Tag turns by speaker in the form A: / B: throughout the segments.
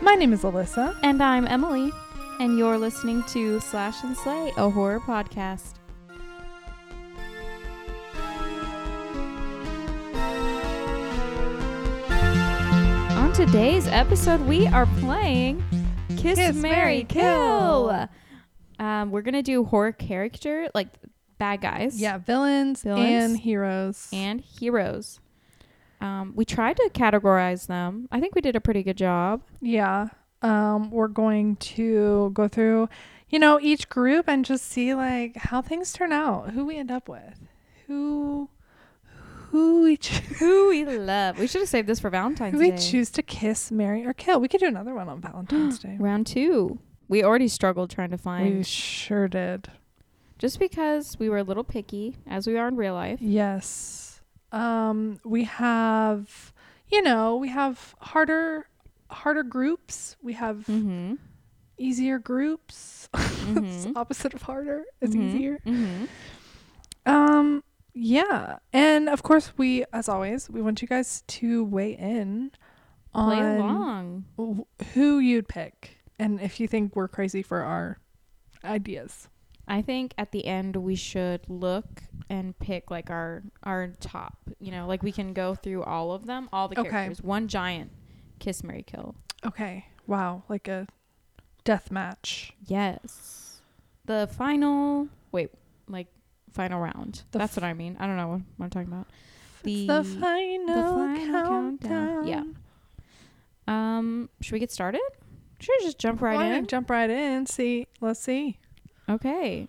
A: My name is Alyssa.
B: And I'm Emily, and you're listening to Slash and Slay, a horror podcast. On today's episode, we are playing Kiss,
A: Kiss, Marry,
B: Mary,
A: Kill.
B: Kill. Um, we're gonna do horror character, like bad guys,
A: Yeah, villains,
B: Villains.
A: and heroes.
B: and heroes. Um, we tried to categorize them. I think we did a pretty good job.
A: yeah, um, we're going to go through, you know, each group and just see like how things turn out, who we end up with, who, who we cho-
B: Who we love. We should have saved this for Valentine's
A: who we
B: Day.
A: choose to kiss, marry, or kill. We could do another one on Valentine's Day.
B: Round two. We already struggled trying to find
A: We sure did.
B: just because we were a little picky, as we are in real life.
A: Yes. Um, we have, you know, we have harder, harder groups. We have
B: Mm-hmm.
A: easier groups. it's
B: Mhm.
A: opposite of harder. It's
B: Mhm.
A: easier.
B: Mm-hmm.
A: Um, yeah. And of course, we, as always, we want you guys to weigh in
B: Play
A: on
B: along.
A: wh- who you'd pick and if you think we're crazy for our ideas.
B: I think at the end we should look and pick like our our top. You know, like we can go through all of them, all the
A: Okay.
B: characters. One giant kiss, Mary kill.
A: Okay. Wow. Like a death match.
B: Yes. The final wait, like final round.
A: The
B: That's
A: f-
B: what I mean. I don't know what, what I'm talking about.
A: It's
B: The-
A: the
B: the
A: final,
B: final
A: countdown.
B: countdown. Yeah. Um, should we get started? Should we just jump right
A: Well, I'm
B: in?
A: gonna Jump right in. See. Let's see.
B: Okay.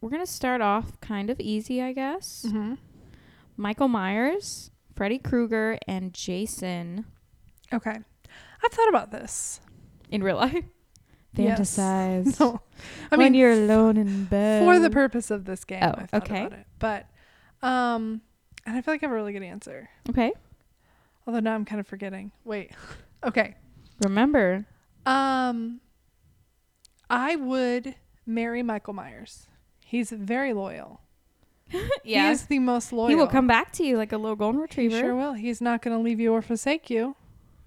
B: We're going to start off kind of easy, I guess.
A: Mm-hmm.
B: Michael Myers, Freddy Krueger, and Jason
A: Okay. I've thought about this.
B: in real life.
A: Yes.
B: Fantasize.
A: No. I
B: when
A: mean,
B: you're alone in bed.
A: for the purpose of this game.
B: Um, Oh,
A: I've thought
B: okay.
A: About it. But, um, and I feel like I have a really good answer.
B: Okay.
A: Although now I'm kind of forgetting. Wait. okay.
B: Remember.
A: Um, I would marry Michael Myers. He's very loyal.
B: yeah.
A: He's the most loyal.
B: He will come back to you like a little golden
A: He
B: retriever.
A: sure will. He's not going to leave you or forsake you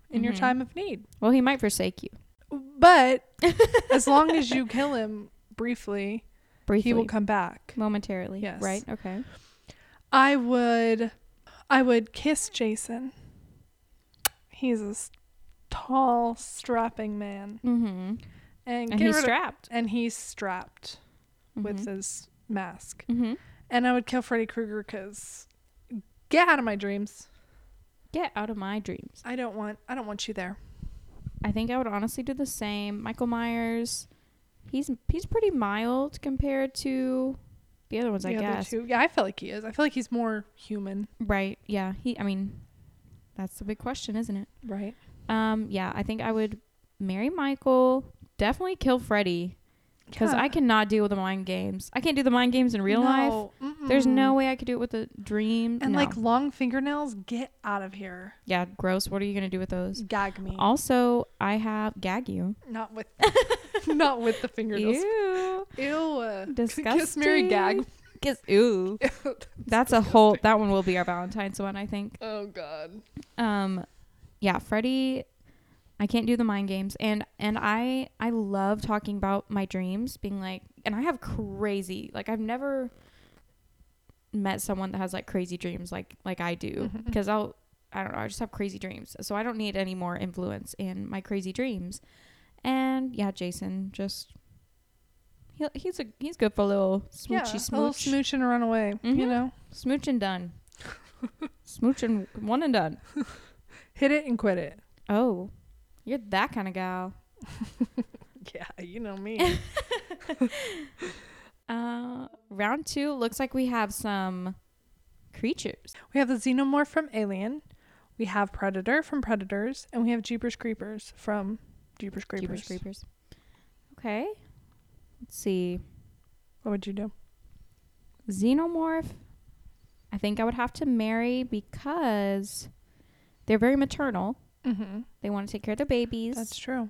A: in your
B: Mhm.
A: time of need.
B: Well, he might forsake you
A: But as long as you kill him briefly,
B: briefly.
A: he will come back.
B: momentarily.
A: Yes.
B: Right? Okay.
A: I would I would kiss Jason. He's a s- tall, strapping man.
B: Mm-hmm.
A: And,
B: And
A: get
B: he's
A: rid of-
B: strapped.
A: and he's strapped with
B: Mhm.
A: his mask.
B: Mhm.
A: And I would kill Freddy Krueger cuz get out of my dreams.
B: Get out of my dreams.
A: I don't want I don't want you there.
B: I think I would honestly do the same. Michael Myers, he's he's pretty mild compared to the other ones, I
A: The other
B: guess.
A: two. Yeah, I feel like he is. I feel like he's more human,
B: Right? Yeah. He. I mean, that's the big question, isn't it?
A: right?
B: Um. Yeah. I think I would marry Michael. Definitely kill Freddy because I cannot deal with the mind games. I can't do the mind games in real life. There's no way I could do it with a dream.
A: And
B: No.
A: like long fingernails, get out of here.
B: yeah, gross. What are you gonna do with those?
A: Gag me.
B: Also, I have gag you.
A: Not with not with the fingernails.
B: Ew.
A: Ew.
B: Disgusting.
A: Kiss Mary gag.
B: Kiss. Ooh. That's a whole. That one will be our Valentine's one, I think.
A: Oh god.
B: Um, yeah, Freddie. I can't do the mind games, and and I I love talking about my dreams, being like, and I have crazy. Like I've never met someone that has like crazy dreams like like I do,
A: Mhm.
B: because I'll I don't know. I just have crazy dreams, so I don't need any more influence in my crazy dreams. And yeah, Jason just. He, he's a he's good for a little smoochy
A: Yeah,
B: smooch
A: a little smooch and run away. You
B: Mhm.
A: know,
B: smooch and done. smooch and one and done.
A: hit it and quit it.
B: Oh, you're that kind of gal.
A: Yeah, you know me.
B: Uh, round two looks like we have some creatures.
A: we have the xenomorph from Alien, we have Predator from Predators, and we have Jeepers Creepers from Jeepers Creepers.
B: Jeepers creepers. Okay. Let's see.
A: What would you do?
B: Xenomorph. I think I would have to marry because they're very maternal.
A: Mm-hmm.
B: They want to take care of their babies.
A: That's true.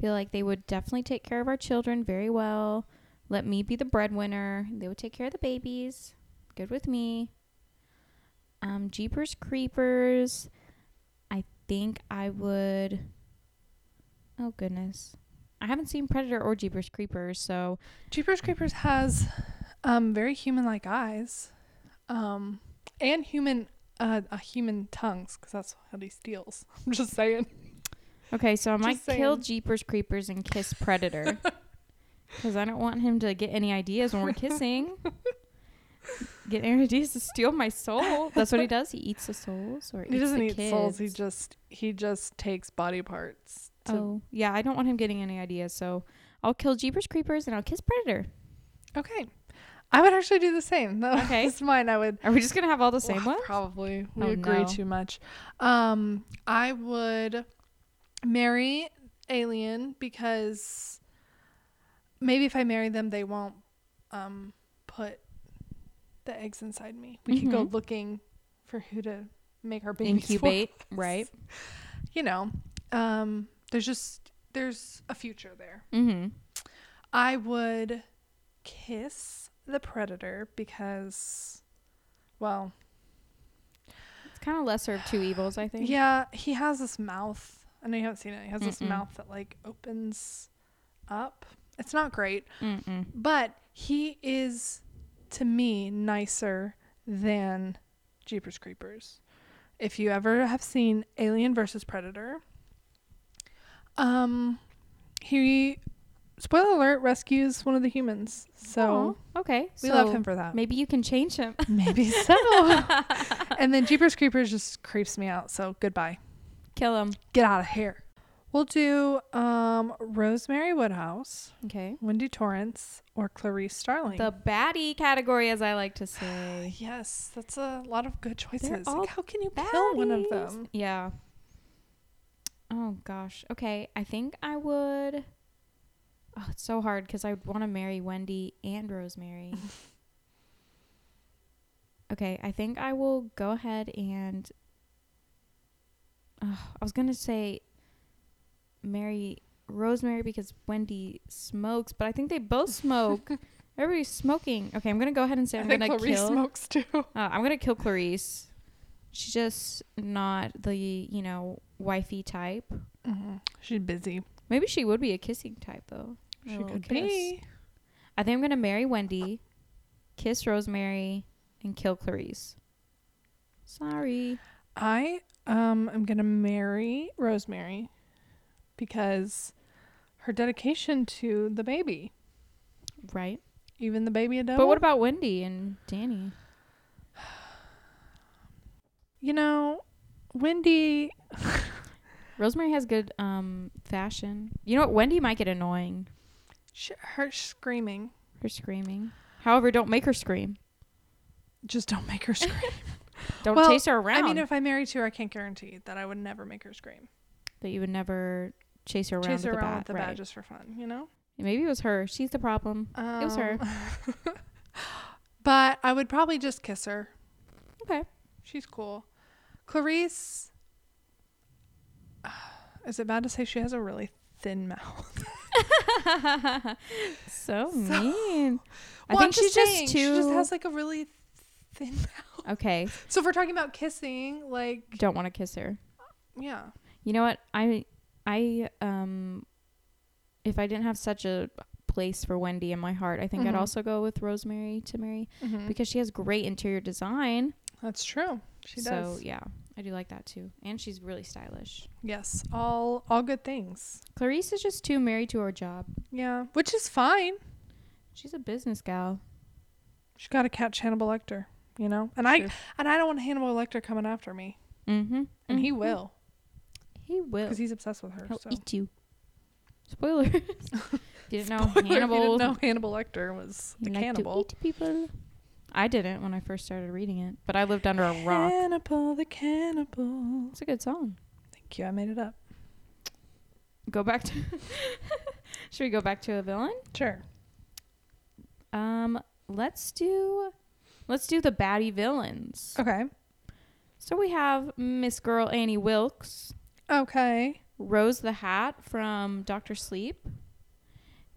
B: feel like they would definitely take care of our children very well. Let me be the breadwinner. They would take care of the babies. Good with me. Um, Jeepers Creepers. I think I would Oh goodness. I haven't seen Predator or Jeepers Creepers, so
A: Jeepers Creepers has um, very human-like eyes, um, and human uh, uh, human tongues because that's how he steals. I'm just saying.
B: okay, so I might
A: Just saying.
B: kill Jeepers Creepers and kiss Predator because I don't want him to get any ideas when we're kissing. get any ideas to steal my soul? That's what he does. He eats the souls, or
A: He
B: eats
A: doesn't
B: the
A: eat souls. He
B: kids.
A: just he just takes body parts. To,
B: oh yeah, I don't want him getting any ideas, so I'll kill Jeepers Creepers and I'll kiss Predator.
A: Okay, I would actually do the same. That
B: Okay.
A: was mine. I would
B: Are we just gonna have all the same
A: Well,
B: ones?
A: Probably. We
B: Oh,
A: agree
B: no.
A: too much. Um, I would marry Alien because maybe if I marry them, they won't um, put the eggs inside me. We could go
B: Mhm.
A: looking for who to make our babies for.
B: Incubate, right?
A: You know, um, there's just there's a future there.
B: Mm-hmm.
A: I would kiss the predator because, well,
B: It's kind of lesser of two evils, I think.
A: Yeah, he has this mouth. I know you haven't seen it. He has this
B: Mm-mm.
A: mouth that like opens up. It's not great,
B: Mm-mm.
A: but he is to me nicer than Jeepers Creepers. If you ever have seen Alien versus Predator, um he spoiler alert rescues one of the humans. So
B: Aw, okay,
A: we
B: so
A: love him for that.
B: Maybe you can change him.
A: Maybe so. and then Jeepers Creepers just creeps me out. So goodbye.
B: Kill him.
A: get out of here. We'll do um, Rosemary Woodhouse,
B: Okay.
A: Wendy Torrance, or Clarice Starling.
B: The baddie category, as I like to say.
A: yes, that's a lot of good choices.
B: all
A: Like, how can you kill one of
B: Baddies.
A: them?
B: Yeah. Oh gosh. Okay. I think I would. Oh, it's so hard because I would want to marry Wendy and Rosemary. okay. I think I will go ahead and. Oh, I was gonna say. Marry Rosemary because Wendy smokes, but I think they both smoke. Everybody's smoking. Okay, I'm gonna go ahead and say
A: I
B: I'm
A: think
B: gonna
A: Clarice
B: kill.
A: smokes too.
B: Uh, I'm gonna kill Clarice. She's just not the you know wifey type.
A: Mm-hmm. She's busy.
B: Maybe she would be a kissing type though. A
A: She
B: little
A: could
B: kiss.
A: be.
B: I think I'm gonna marry Wendy, kiss Rosemary, and kill Clarice. Sorry.
A: I um, am going to marry Rosemary because her dedication to the baby,
B: Right.
A: even the baby adult.
B: But what about Wendy and Danny?
A: you know, Wendy,
B: Rosemary has good um fashion. You know what? Wendy might get annoying.
A: sh her screaming
B: Her screaming. However, don't make her scream.
A: just don't make her scream.
B: Don't
A: Well,
B: chase her around.
A: I mean, if I married to her, I can't guarantee that I would never make her scream.
B: that you would never chase her around
A: Chase her
B: with a
A: around
B: bat.
A: with the
B: right.
A: bat just for fun, you know?
B: Maybe it was her. She's the problem.
A: Um,
B: was her.
A: but I would probably just kiss her.
B: Okay.
A: She's cool. Clarice, is it bad to say she has a really thin mouth?
B: so mean. I
A: Well, I'm
B: think she's
A: saying,
B: just too.
A: She just has like a really thin mouth.
B: okay,
A: So if we're talking about kissing, like,
B: don't want to kiss her.
A: yeah.
B: You know what? I I um, if I didn't have such a place for Wendy in my heart, I think I'd
A: Mhm.
B: also go with Rosemary to marry
A: Mhm.
B: because she has great interior design.
A: That's true. She
B: so
A: does.
B: yeah, I do like that too, and she's really stylish.
A: Yes. All all good things.
B: Clarice is just too married to her job.
A: Yeah. Which is fine.
B: She's a business gal.
A: She got to catch Hannibal Lecter, you know. And I and I don't want Hannibal Lecter coming after me,
B: Mm-hmm.
A: and he will
B: He will.
A: because he's obsessed with her.
B: He'll
A: so.
B: eat you. Spoilers. didn't know
A: Spoiler, if you
B: Hannibal.
A: didn't know Hannibal Lecter was
B: he
A: the
B: liked
A: cannibal.
B: to eat people. I didn't when I first started reading it, but I lived under a rock.
A: Hannibal the cannibal.
B: It's a good song.
A: Thank you. I made it up.
B: Go back to. Should we go back to a villain?
A: Sure.
B: Um, let's do, let's do the baddie villains.
A: Okay.
B: So we have Miss Girl Annie Wilkes,
A: Okay.
B: Rose the Hat from Doctor Sleep,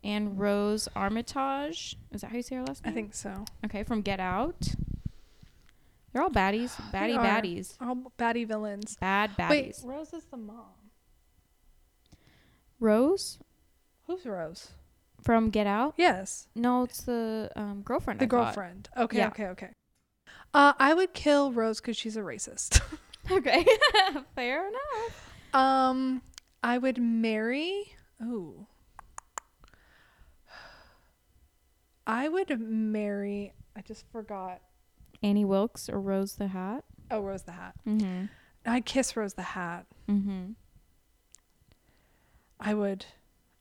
B: and Rose Armitage. Is that how you say her last
A: I
B: name?
A: think so.
B: Okay, from Get Out. They're all baddies. Baddie
A: are.
B: baddies.
A: All baddie villains.
B: Bad baddies.
A: Wait, Rose is the mom.
B: Rose
A: Who's Rose?
B: from Get Out.
A: Yes,
B: No, it's the um, girlfriend.
A: the
B: I thought.
A: girlfriend. Okay,
B: Yeah.
A: okay, okay. Uh, I would kill Rose because she's a racist.
B: Okay, fair enough.
A: um, I would marry. Oh. I would marry. I just forgot.
B: Annie Wilkes or Rose the Hat.
A: Oh, Rose the Hat.
B: Mm-hmm.
A: I'd kiss Rose the Hat.
B: Mm-hmm.
A: I would.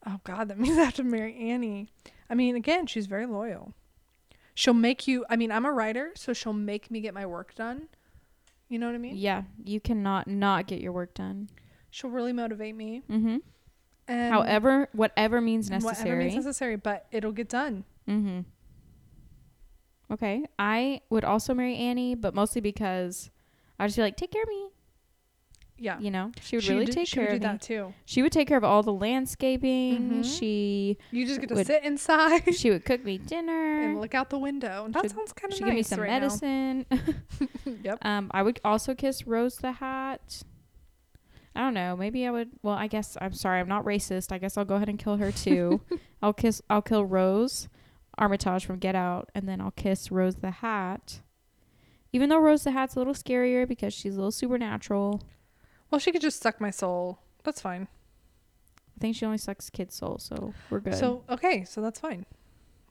A: Oh God, that means I have to marry Annie. I mean, again, she's very loyal. She'll make you. I mean, I'm a writer, so she'll make me get my work done. You know what I mean?
B: Yeah, you cannot not get your work done.
A: She'll really motivate me.
B: Mm-hmm.
A: And
B: However, whatever means
A: and whatever
B: necessary.
A: means necessary, but it'll get done.
B: mm-hmm. Okay, I would also marry Annie, but mostly because I would just be like, take care of me.
A: Yeah,
B: You know, she would
A: She
B: really
A: do-
B: take
A: she
B: care
A: would
B: of
A: do
B: me.
A: that too.
B: She would take care of all the landscaping.
A: Mhm.
B: She
A: You just get to
B: Would-
A: sit inside
B: she would cook me dinner.
A: and look out the window. And that
B: She'd-
A: sounds kind of
B: she
A: nice
B: give me some
A: right
B: medicine.
A: now. yep.
B: um, I would also kiss Rose the Hat. I don't know. Maybe I would. Well, I guess I'm sorry. I'm not racist. I guess I'll go ahead and kill her too. I'll kiss. I'll kill Rose Armitage from Get Out, and then I'll kiss Rose the Hat. Even though Rose the Hat's a little scarier because she's a little supernatural.
A: Well, she could just suck my soul. That's fine.
B: I think she only sucks kid soul, so we're good.
A: So okay, so that's fine.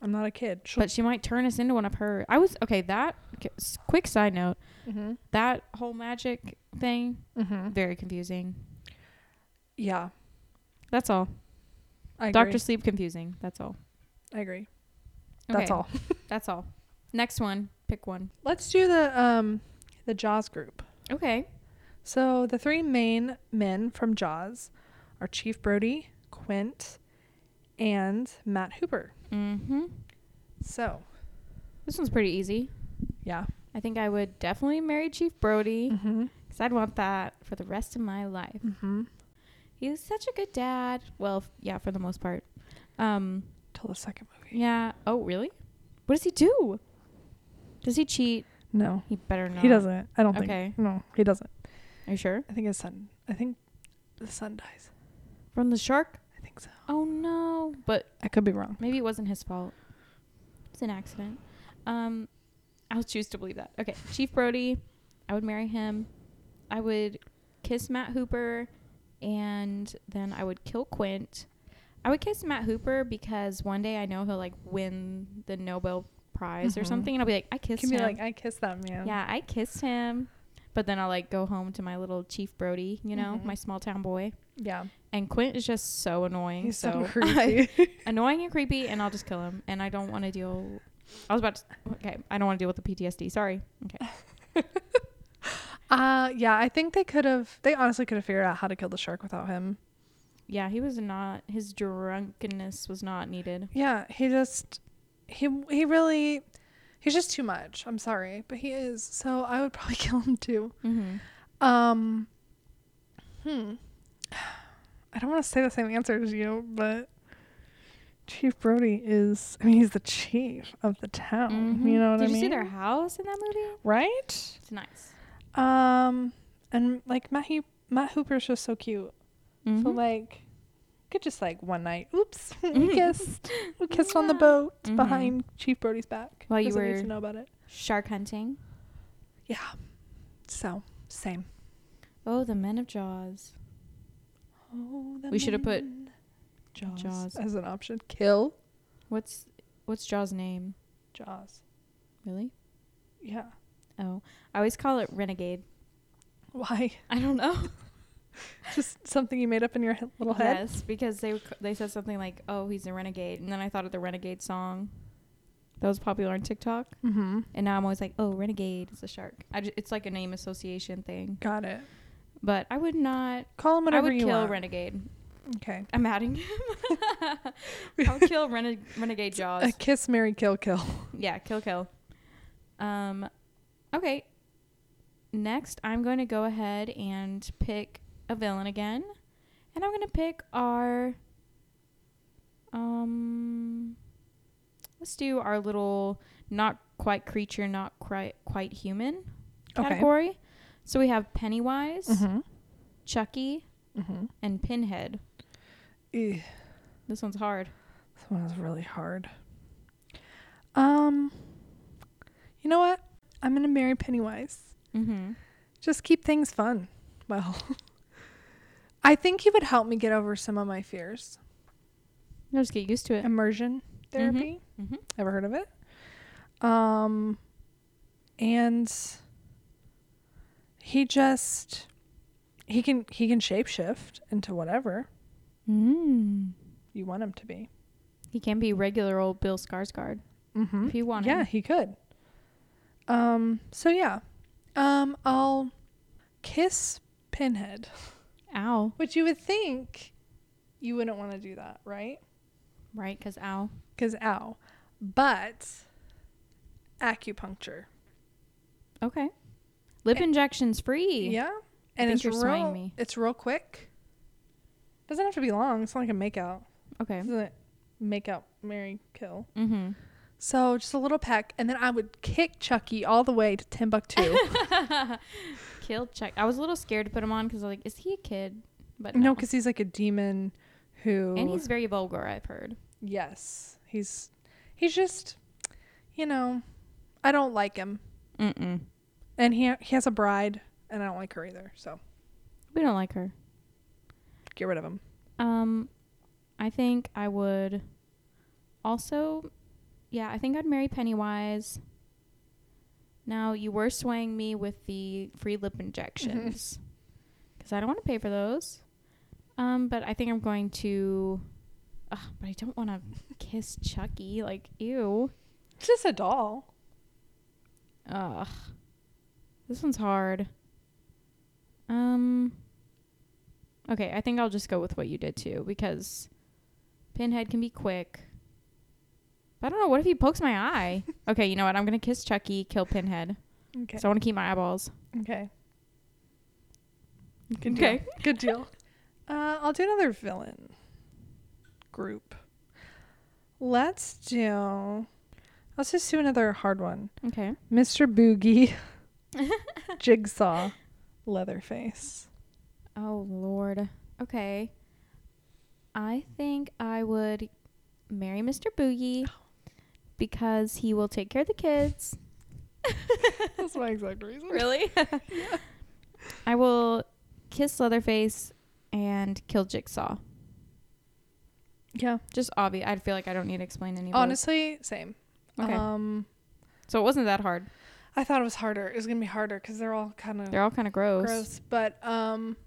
A: I'm not a kid. She'll,
B: but she might turn us into one of her. I was okay. That okay, s- quick side note.
A: mm-hmm.
B: That whole magic thing
A: Mm-hmm.
B: very confusing.
A: Yeah,
B: That's all.
A: I agree.
B: Doctor Sleep confusing. That's all.
A: I agree. That's
B: Okay,
A: all.
B: That's all. Next one. Pick one.
A: Let's do the um the Jaws group.
B: Okay.
A: So the three main men from Jaws are Chief Brody, Quint, and Matt Hooper.
B: Mm-hmm.
A: So
B: This one's pretty easy.
A: yeah.
B: I think I would definitely marry Chief Brody
A: Mm-hmm.
B: because I'd want that for the rest of my life.
A: Mm-hmm.
B: He was such a good dad. Well, f- yeah, for the most part. Um,
A: Till the second movie.
B: yeah. Oh, really? What does he do? Does he cheat?
A: No,
B: He better not.
A: he doesn't. I don't
B: Okay.
A: think. No, he doesn't.
B: Are you sure?
A: I think his son. I think the son dies.
B: From the shark?
A: I think so.
B: Oh no. But
A: I could be wrong.
B: Maybe it wasn't his fault. It's an accident. Um, I'll choose to believe that. Okay, Chief Brody, I would marry him. I would kiss Matt Hooper, and then I would kill Quint. I would kiss Matt Hooper because one day I know he'll like win the Nobel Prize or
A: Mhm.
B: something, and I'll be like, I
A: You
B: kissed
A: can be
B: him.
A: like, I kissed that man.
B: yeah, I kissed him. But then I'll like go home to my little Chief Brody, you know,
A: Mhm.
B: my small town boy.
A: Yeah.
B: And Quint is just so annoying.
A: He's so,
B: so
A: creepy.
B: annoying and creepy, and I'll just kill him. And I don't want to deal. I was about to. Okay, I don't want to deal with the PTSD. Sorry. Okay.
A: uh, yeah. I think they could have. They honestly could have figured out how to kill the shark without him.
B: Yeah, he was not. His drunkenness was not needed.
A: Yeah, he just he he really he's just too much. I'm sorry, but he is. So I would probably kill him too.
B: Mm-hmm.
A: Um hmm. I don't want to say the same answer as you, but Chief Brody is I mean he's the chief of the town. Oh, You know what
B: Mm-hmm. Did
A: I
B: you
A: mean?
B: see their house in that movie?
A: right?
B: It's nice.
A: Um and like Matt Hu- Matt Hooper's just so cute.
B: Mm-hmm.
A: So like could just like one night, oops, we
B: Mhm.
A: kissed, we kissed on the
B: Yeah.
A: boat
B: Mhm.
A: behind Chief Brody's back.
B: While you
A: Doesn't need
B: were-
A: to know about it.
B: Shark hunting.
A: Yeah. So same.
B: Oh, the Men of Jaws.
A: Oh,
B: We should've put
A: Jaws,
B: Jaws.
A: as an option. Kill
B: What's What's Jaws' name?
A: Jaws.
B: Really?
A: Yeah.
B: Oh, I always call it Renegade.
A: Why?
B: I don't know.
A: Just something you made up in your he- little head.
B: Yes, because they were- they said something like, "Oh, he's a renegade," and then I thought of the renegade song that was popular on TikTok,
A: Mm-hmm.
B: and now I'm always like, "Oh, renegade is a shark." I ju- it's like a name association thing,
A: Got it.
B: but I would not.
A: Call him whatever
B: I would
A: you
B: kill
A: want.
B: renegade.
A: okay.
B: I'm adding him. I'll kill rene- renegade Jaws.
A: A kiss, Mary, kill, kill.
B: Yeah, kill kill. Um, okay. Next, I'm going to go ahead and pick a villain again, and I'm going to pick our. Um, let's do our little not quite creature, not quite quite human
A: Okay.
B: category. So we have Pennywise,
A: Mm-hmm.
B: Chucky,
A: Mm-hmm.
B: and Pinhead.
A: Ew,
B: This one's hard.
A: this one is really hard. Um, you know what? I'm gonna marry Pennywise.
B: Mm-hmm.
A: Just keep things fun. Well, I think he would help me get over some of my fears.
B: I'll just get used to it.
A: Immersion therapy.
B: Mm-hmm.
A: Ever heard of it? Um, and he just he can he can shapeshift into whatever
B: Mm.
A: you want him to be.
B: He can be regular old Bill Skarsgård
A: Mm-hmm.
B: if you want
A: yeah,
B: him.
A: he could. Um, so yeah, um, I'll kiss Pinhead,
B: Ow.
A: which you would think you wouldn't want to do that, right?
B: Right? Because ow.
A: Because ow, but acupuncture.
B: Okay. Lip injections free.
A: Yeah, and
B: think
A: it's
B: you're swaying
A: real.
B: me.
A: It's real quick. Doesn't have to be long. It's not like a makeout.
B: Okay.
A: This isn't makeout, Mary kill.
B: Mm-hmm.
A: So just a little peck, and then I would kick Chucky all the way to Timbuktu.
B: Kill check. I was a little scared to put him on because like, is he a kid? But
A: no, because he's like a demon who.
B: and he's very vulgar. I've heard.
A: yes, he's he's just, you know, I don't like him,
B: Mm-mm.
A: and he he has a bride, and I don't like her either. So
B: We don't like her.
A: get rid of him.
B: Um, I think I would. Also, yeah, I think I'd marry Pennywise. Now you were swaying me with the free lip injections, because I don't want to pay for those. Um, but I think I'm going to. Ugh, but I don't want to kiss Chucky. Like, ew.
A: It's just a doll.
B: Ugh. This one's hard. Um Okay, I think I'll just go with what you did too because Pinhead can be quick. But I don't know, what if he pokes my eye? okay, you know what? I'm going to kiss Chucky, kill Pinhead.
A: Okay.
B: So I want to keep my eyeballs.
A: Okay. Good deal.
B: Okay.
A: Good deal. Uh, I'll do another villain group. Let's do. Let's just do another hard one.
B: Okay.
A: Mr. Boogie, Jigsaw, Leatherface.
B: Oh lord. Okay. I think I would marry Mr. Boogie because he will take care of the kids.
A: That's my exact reason.
B: Really? I will kiss Leatherface and kill Jigsaw.
A: Yeah.
B: Just obvious. I feel like I don't need to explain any. of those.
A: Honestly, same.
B: Okay.
A: Um,
B: so it wasn't that hard.
A: I thought it was harder. It was gonna be harder because they're all kind of
B: They're all kind of gross.
A: gross. But um,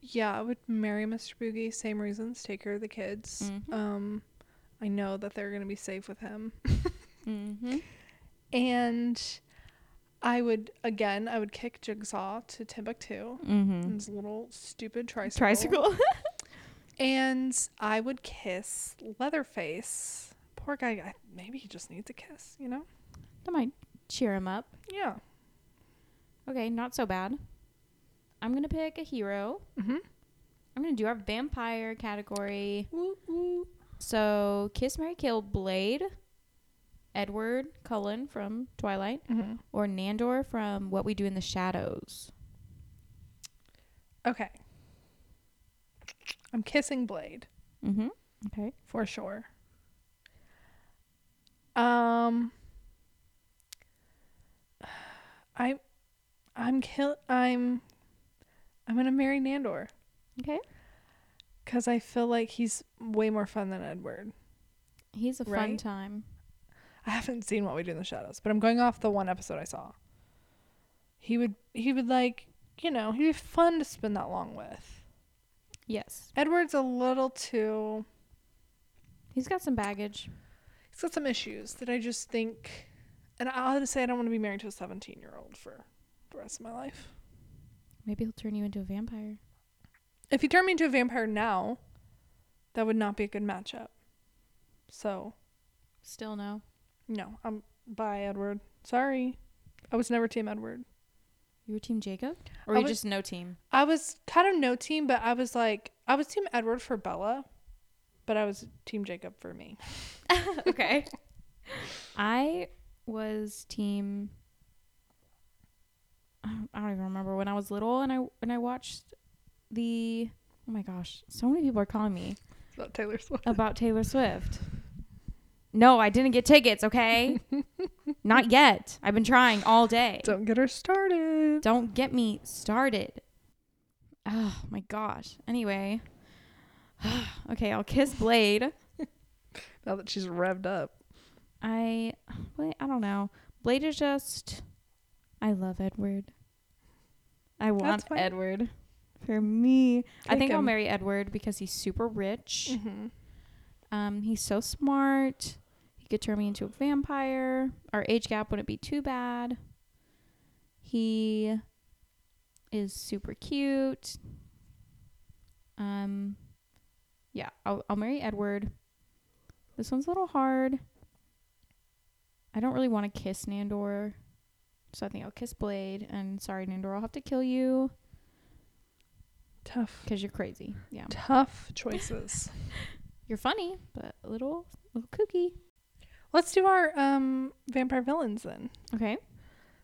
A: yeah, I would marry Mr. Boogie. Same reasons. Take care of the kids.
B: Mhm.
A: Um, I know that they're gonna be safe with him.
B: Mm-hmm.
A: And I would again, I would kick Jigsaw to Timbuktu
B: Mm-hmm.
A: and his little stupid tricycle.
B: Tricycle.
A: And I would kiss Leatherface. Poor guy. I, maybe he just needs a kiss. You know?
B: that might cheer him up.
A: Yeah.
B: Okay, not so bad. I'm gonna pick a hero.
A: Mm-hmm.
B: I'm gonna do our vampire category.
A: Woo woo.
B: So kiss, Mary, kill, Blade, Edward Cullen from Twilight,
A: hmm
B: or Nandor from What We Do in the Shadows.
A: Okay. I'm kissing Blade.
B: Mm-hmm. Okay.
A: for sure. Um, I, I'm kill. I'm, I'm gonna marry Nandor
B: Okay.
A: because I feel like he's way more fun than Edward.
B: He's a fun
A: Right?
B: time.
A: I haven't seen What We Do in the Shadows, but I'm going off the one episode I saw. He would, he would like, you know, he'd be fun to spend that long with.
B: Yes.
A: Edward's a little too.
B: He's got some baggage.
A: He's got some issues that I just think, and I'll just say I don't want to be married to a 17 year old for the rest of my life.
B: Maybe he'll turn you into a vampire.
A: If you turn me into a vampire now, that would not be a good matchup. So,
B: Still no.
A: no, I'm bye, Edward. Sorry. I was never Team Edward.
B: You were team Jacob? Oh,
A: I
B: Or were you
A: was-
B: just no team?
A: I was kind of no team, but I was like, I was Team Edward for Bella, but I was Team Jacob for me.
B: okay. I was team I don't- I don't even remember when I was little and I when I watched the oh my gosh, so many people are calling me.
A: Not Taylor Swift.
B: about Taylor Swift. No, I didn't get tickets, okay? Not yet. I've been trying all day.
A: Don't get her started.
B: Don't get me started. Oh my gosh. Anyway. okay, I'll kiss Blade.
A: Now that she's revved up.
B: I Blade, I don't know. Blade is just I love Edward. I want
A: fine.
B: Edward. For me. I
A: Take
B: think I'll
A: him.
B: marry Edward because he's super rich.
A: Mm-hmm.
B: Um, he's so smart. He could turn me into a vampire. Our age gap wouldn't be too bad. He is super cute. Um, yeah, I'll, I'll marry Edward. This one's a little hard. I don't really want to kiss Nandor, so I think I'll kiss Blade. And sorry, Nandor, I'll have to kill you
A: Tough.
B: because you're crazy. Yeah,
A: Tough choices.
B: you're funny, but a little, little kooky.
A: Let's do our um, vampire villains then.
B: Okay.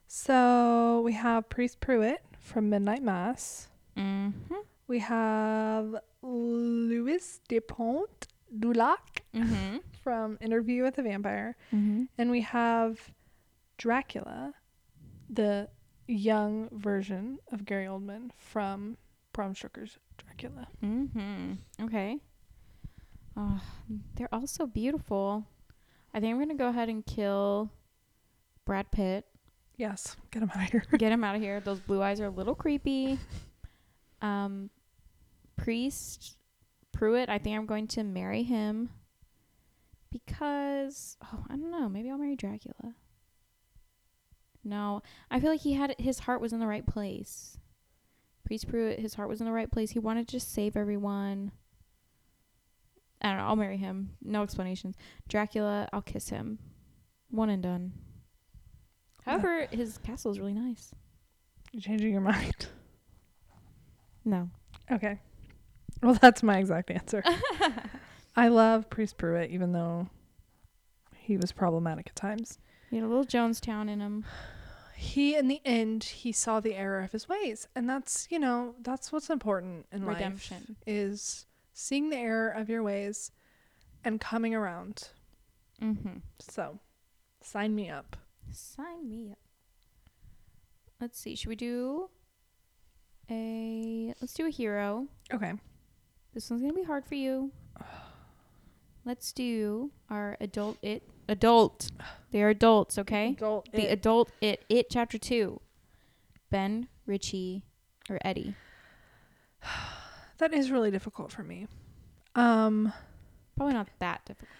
A: So we have Priest Pruitt from Midnight Mass.
B: Mm-hmm.
A: We have Louis Dupont Dulac
B: Mm-hmm.
A: from Interview with the Vampire.
B: Mm-hmm.
A: And we have Dracula, the young version of Gary Oldman from Bram Stoker's Dracula.
B: Mm-hmm. Okay. Oh, they're all so beautiful. I think I'm gonna go ahead and kill Brad Pitt.
A: Yes, get him higher.
B: Get him out of here. Those blue eyes are a little creepy. Um, Priest Pruitt. I think I'm going to marry him because oh, I don't know. Maybe I'll marry Dracula. No, I feel like he had his heart was in the right place. Priest Pruitt, his heart was in the right place. He wanted to just save everyone. I don't know. I'll marry him. No explanations. Dracula, I'll kiss him. One and done. However, his castle is really nice.
A: You're changing your mind.
B: No.
A: Okay. Well, that's my exact answer. I love Priest Pruitt, even though he was problematic at times.
B: You had a little Jonestown in him.
A: He, in the end, he saw the error of his ways, and that's you know that's what's important in
B: Redemption.
A: life is seeing the error of your ways and coming around.
B: Mm-hmm.
A: So, sign me up.
B: Sign me up. Let's see. Should we do a. Let's do a hero.
A: Okay.
B: This one's going to be hard for you. Let's do our adult it. Adult. They are adults, okay?
A: Adult
B: The
A: it.
B: adult it. It chapter two. Ben, Richie, or Eddie.
A: that is really difficult for me. Um,
B: Probably not that difficult.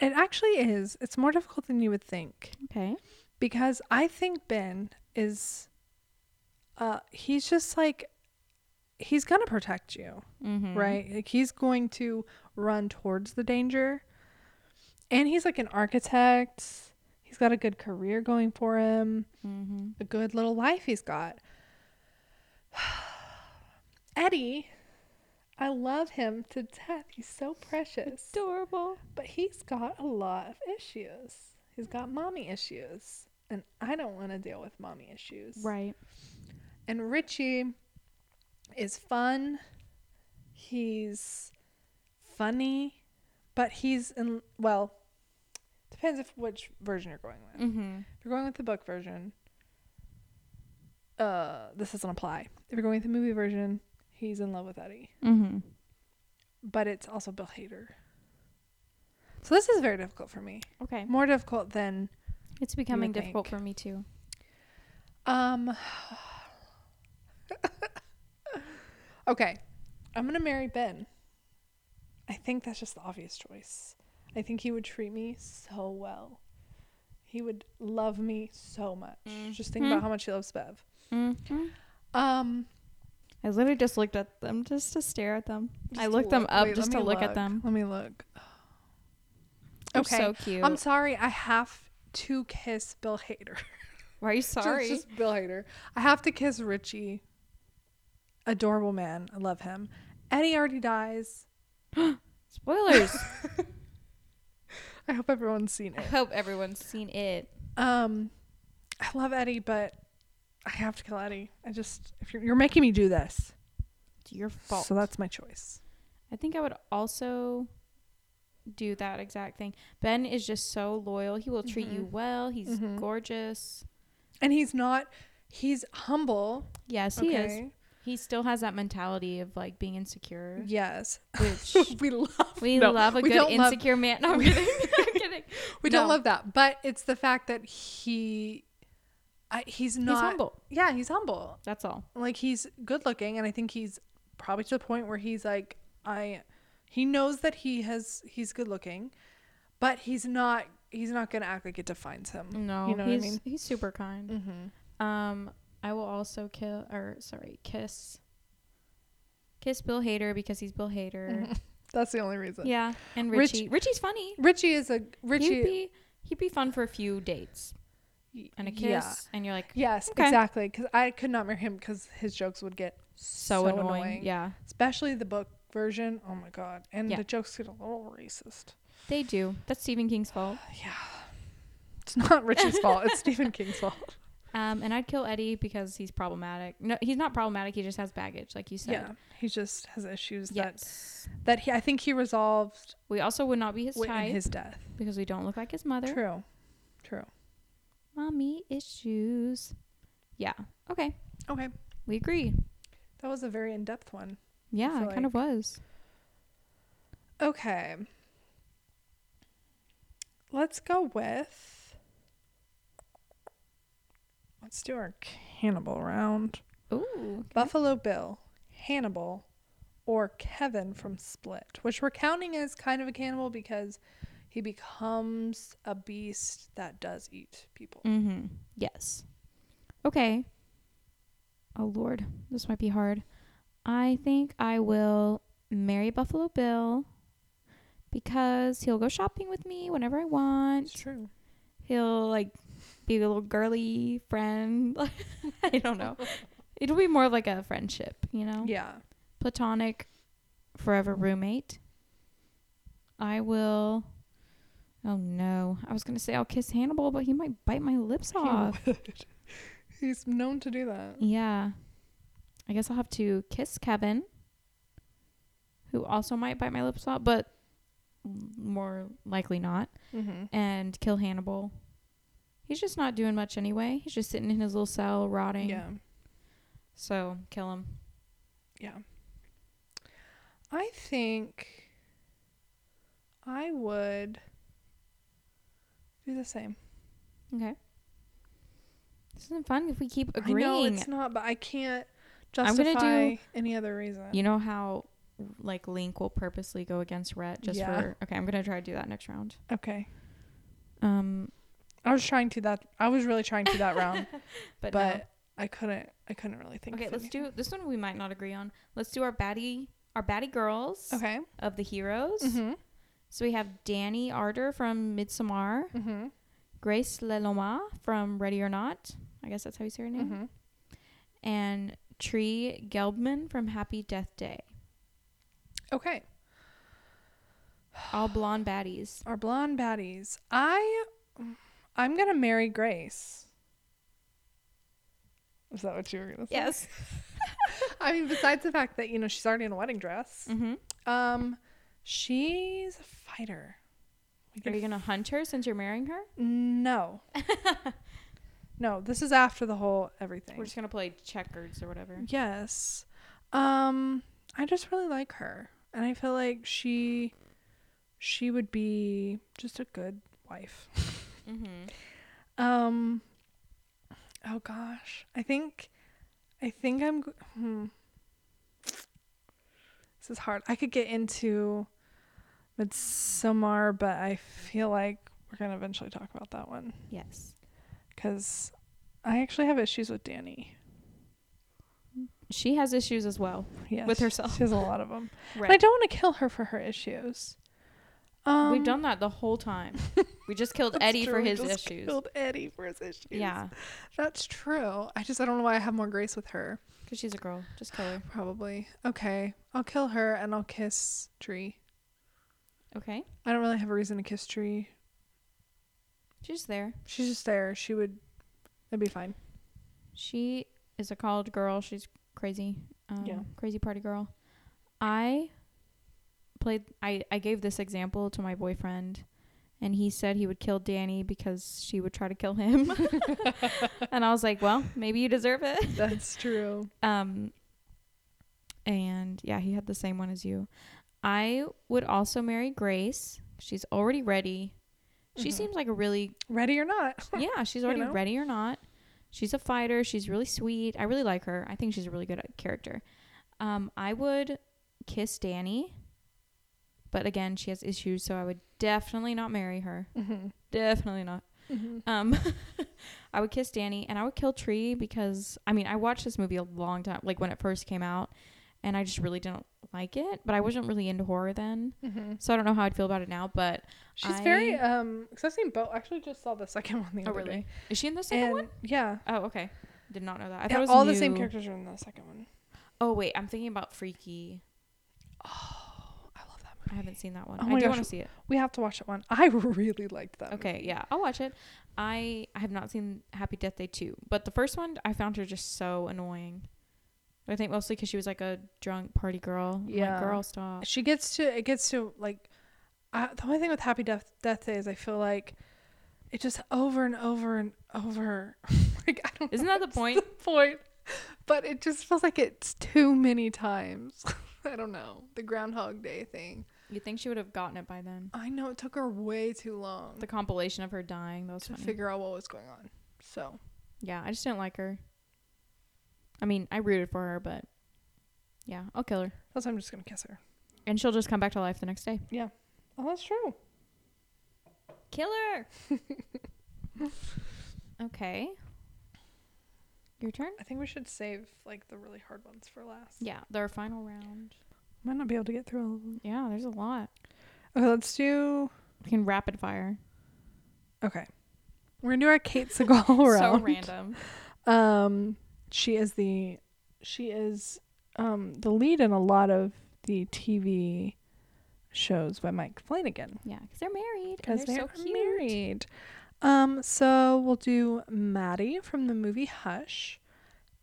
A: it actually is. It's more difficult than you would think.
B: Okay.
A: because I think Ben is uh he's just like he's going to protect you,
B: Mm-hmm.
A: right? Like he's going to run towards the danger. And he's like an architect. He's got a good career going for him,
B: Mm-hmm.
A: a good little life he's got. Eddie, I love him to death. He's so precious.
B: Adorable.
A: But he's got a lot of issues. He's got mommy issues. And I don't want to deal with mommy issues.
B: Right.
A: And Richie is fun. He's funny. But he's in, well, depends if which version you're going with.
B: Mm-hmm.
A: If you're going with the book version, uh, this doesn't apply. If you're going with the movie version, he's in love with Eddie.
B: Mm-hmm.
A: But it's also Bill Hader. So this is very difficult for me.
B: Okay.
A: more difficult than
B: It's becoming
A: would
B: difficult
A: think.
B: for me too.
A: um okay i'm gonna marry ben i think that's just the obvious choice i think he would treat me so well he would love me so much just think
B: Mhm.
A: about how much he loves bev
B: Mm-hmm.
A: um
B: I literally just looked at them just to stare at them. I
A: just
B: looked them
A: look-
B: up
A: wait,
B: just
A: let me
B: to look, at them.
A: let me look
B: They're
A: Okay.
B: so cute.
A: i'm sorry i have to kiss bill hader
B: Why are you
A: Just-
B: sorry?
A: Just, Bill Hader. I have to kiss Richie. Adorable man. I love him. Eddie already dies.
B: Spoilers.
A: I hope everyone's seen
B: I
A: it.
B: hope everyone's seen it.
A: Um, I love Eddie, but I have to kill Eddie. I just if you're, you're making me do this,
B: It's your fault.
A: so that's my choice.
B: I think I would also do that exact thing. Ben is just so loyal. He will treat you well. He's
A: Mhm.
B: gorgeous.
A: And he's not. He's humble.
B: Yes, he is.
A: Okay.
B: He still has that mentality of like being insecure,
A: Yes.
B: which
A: we love.
B: we
A: No,
B: love a
A: we
B: good
A: don't love-
B: insecure man. No, I'm kidding. I'm kidding.
A: We
B: No.
A: don't love that, but it's the fact that he, I, he's not.
B: He's humble.
A: Yeah, he's humble.
B: That's all.
A: Like he's good looking, and I think he's probably to the point where he's like, I, he knows that he has he's good looking, but he's not. He's not gonna act like it defines him.
B: No,
A: you know
B: he's
A: what I mean.
B: he's super kind.
A: Mm-hmm.
B: Um, I will also kill or sorry, kiss kiss Bill Hader because he's Bill Hader.
A: That's the only reason.
B: Yeah, and
A: Rich-
B: Richie. Richie's funny.
A: Richie is a
B: He'd
A: Richie.
B: be he'd be fun for a few dates and a kiss,
A: Yeah.
B: and you're like
A: Yes,
B: Okay.
A: exactly. Because I could not marry him because his jokes would get
B: so, annoying. Yeah,
A: especially the book version. Oh my god! And
B: Yeah.
A: the jokes get a little racist.
B: they do. That's Stephen King's fault.
A: Yeah, it's not Richie's fault. It's Stephen King's fault.
B: Um, and I'd kill Eddie because he's problematic. No, he's not problematic. He just has baggage, like you
A: Yeah,
B: said.
A: he just has issues that
B: Yes.
A: that he. I think he resolved
B: We also would not be his
A: wi-
B: type
A: in his death.
B: because we don't look like his mother.
A: True, true.
B: Mommy issues. Yeah. Okay.
A: Okay,
B: We agree.
A: that was a very in depth one.
B: Yeah, it
A: feel
B: kind of was.
A: Okay, let's go with. Let's do our cannibal round.
B: Ooh.
A: Buffalo Bill, Hannibal, or Kevin from Split, which we're counting as kind of a cannibal because he becomes a beast that does eat people.
B: Mm-hmm. Yes. Okay. Oh Lord, this might be hard. I think I will marry Buffalo Bill because he'll go shopping with me whenever I
A: It's
B: want.
A: true.
B: He'll like be a little girly friend. I don't know. It'll be more of like a friendship, you know?
A: Yeah.
B: platonic forever roommate. I will. Oh no! I was gonna say I'll kiss Hannibal, but he might bite my lips
A: He
B: off.
A: would. He's known to do that.
B: Yeah, I guess I'll have to kiss Kevin, who also might bite my lips off, but more likely not,
A: Mm-hmm.
B: and kill Hannibal. He's just not doing much anyway. He's just sitting in his little cell rotting.
A: Yeah.
B: So kill him.
A: Yeah. I think I would do the same.
B: Okay. This isn't fun if we keep
A: I know
B: agreeing.
A: it's not, but I can't
B: I'm
A: justify
B: gonna do-
A: any other reason.
B: You know how like Link will purposely go against Rhett just
A: Yeah.
B: for okay, I'm gonna try to do that next round.
A: okay.
B: Um
A: I was trying to that. I was really trying to that round,
B: but,
A: but I couldn't. I couldn't really
B: no.
A: think.
B: Okay,
A: of
B: let's
A: anything.
B: do this one we might not agree on. Let's do our baddie our baddie girls
A: Okay.
B: of the heroes.
A: Mhm.
B: So we have Danny Arder from Midsommar,
A: Mhm.
B: Grace Leloma from Ready or Not. I guess that's how you say her name.
A: Mhm.
B: And Tree Geldman from Happy Death Day.
A: Okay.
B: All blonde baddies.
A: Our blonde baddies. I. I'm gonna marry Grace. Is that what you were gonna say?
B: Yes.
A: I mean, besides the fact that you know she's already in a wedding dress.
B: Mm-hmm.
A: Um, she's a fighter. We
B: Are
A: can
B: you gonna hunt her since you're marrying her?
A: No. no, this is after the whole everything.
B: We're just gonna play checkers or whatever.
A: Yes. Um I just really like her and I feel like she she would be just a good wife.
B: Mm-hmm.
A: Um Oh gosh. I think I think I'm g- hmm. This is hard. I could get into Midsommar, but I feel like we're going to eventually talk about that one
B: Yes.
A: cuz I actually have issues with Danny.
B: She has issues as well.
A: Yes.
B: With herself.
A: She has a lot of them.
B: Right.
A: And I don't want to kill her for her issues. Um,
B: We've done that the whole time. we just killed
A: that's
B: Eddie for
A: true, we
B: his
A: just
B: issues.
A: Killed Eddie for his issues.
B: Yeah.
A: that's true. I just I don't know why I have more grace with her.
B: Because she's a girl. Just kill her.
A: Probably okay. I'll kill her and I'll kiss Tree.
B: Okay.
A: I don't really have a reason to kiss Tree.
B: She's there.
A: She's just there. She would. That'd be fine.
B: She is a college girl. She's crazy. Um,
A: Yeah.
B: Crazy party girl. I played I, I gave this example to my boyfriend and he said he would kill Danny because she would try to kill him. and I was like, Well, maybe you deserve it.
A: That's true.
B: Um and yeah, he had the same one as you. I would also marry Grace. She's already ready. She
A: Mhm.
B: seems like a really
A: Ready or not?
B: yeah, she's already
A: know?
B: ready or not. She's a fighter. She's really sweet. I really like her. I think she's a really good uh, character. Um, I would kiss Danny, but again, she has issues, so I would definitely not marry her.
A: Mm-hmm.
B: Definitely not.
A: Mm-hmm.
B: Um, I would kiss Danny, and I would kill Tree because I mean I watched this movie a long time, like when it first came out, and I just really didn't like it. But I wasn't really into horror then,
A: Mm-hmm.
B: so I don't know how I'd feel about it now. But
A: She's very
B: I-
A: um. Cause I've seen both. Actually, just saw the second one the
B: oh
A: other
B: really?
A: day.
B: Is she in the second
A: And
B: one?
A: yeah,
B: Oh okay, did not know that. I thought
A: yeah
B: it was
A: all the same
B: new.
A: characters are in the second one.
B: Oh wait, I'm thinking about Freaky.
A: Oh, I love that
B: I
A: movie.
B: haven't seen that one.
A: Oh
B: I
A: my
B: do
A: gosh.
B: want to see it.
A: We have to watch that one. I really liked that.
B: Okay,
A: movie.
B: yeah, I'll watch it. I I have not seen Happy Death Day 2, but the first one I found her just so annoying. I think mostly because she was like a drunk party girl. I'm like,
A: Yeah.
B: girl, stop.
A: She gets to it gets to like. I, the only thing with Happy Death Death Day is I feel like it just over and over and over. like I don't.
B: Isn't
A: know
B: that the
A: what's
B: point?
A: point? But it just feels like it's too many times. I don't know the Groundhog Day thing.
B: You think she would have gotten it by then?
A: I know it took her way too long
B: The compilation of her dying, that was
A: to
B: funny.
A: figure out what was going on. So
B: yeah, I just didn't like her. I mean, I rooted for her, but yeah, I'll kill her,
A: that's why I'm just gonna kiss her.
B: and she'll just come back to life the next day.
A: Oh, that's true.
B: Killer. okay. Your turn.
A: I think we should save like the really hard ones for last.
B: Yeah, their final round.
A: Might not be able to get through all of them.
B: Yeah, there's a lot.
A: Okay, let's do.
B: We can rapid fire.
A: Okay, we're gonna do our Kate Segal round.
B: So random.
A: Um, she is the she is um the lead in a lot of the TV shows by Mike Flanagan
B: Yeah, because they're married.
A: because
B: Because
A: they're,
B: so cute.
A: married. Um, so we'll do Maddie from the movie Hush,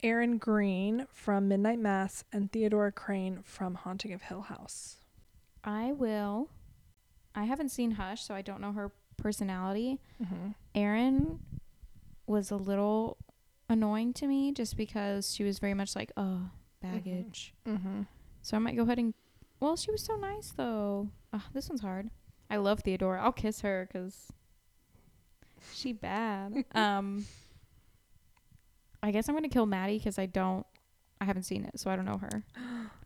A: Aaron Green from Midnight Mass, and Theodora Crane from Haunting of Hill House.
B: I will. I haven't seen Hush, so I don't know her personality.
A: Mm-hmm.
B: Erin was a little annoying to me just because she was very much like, oh, baggage.
A: Mm-hmm.
B: So I might go ahead and. Well, she was so nice though. Ugh, this one's hard. I love Theodora. I'll kiss her because she bad. um, I guess I'm gonna kill Maddie because I don't. I haven't seen it, so I don't know her.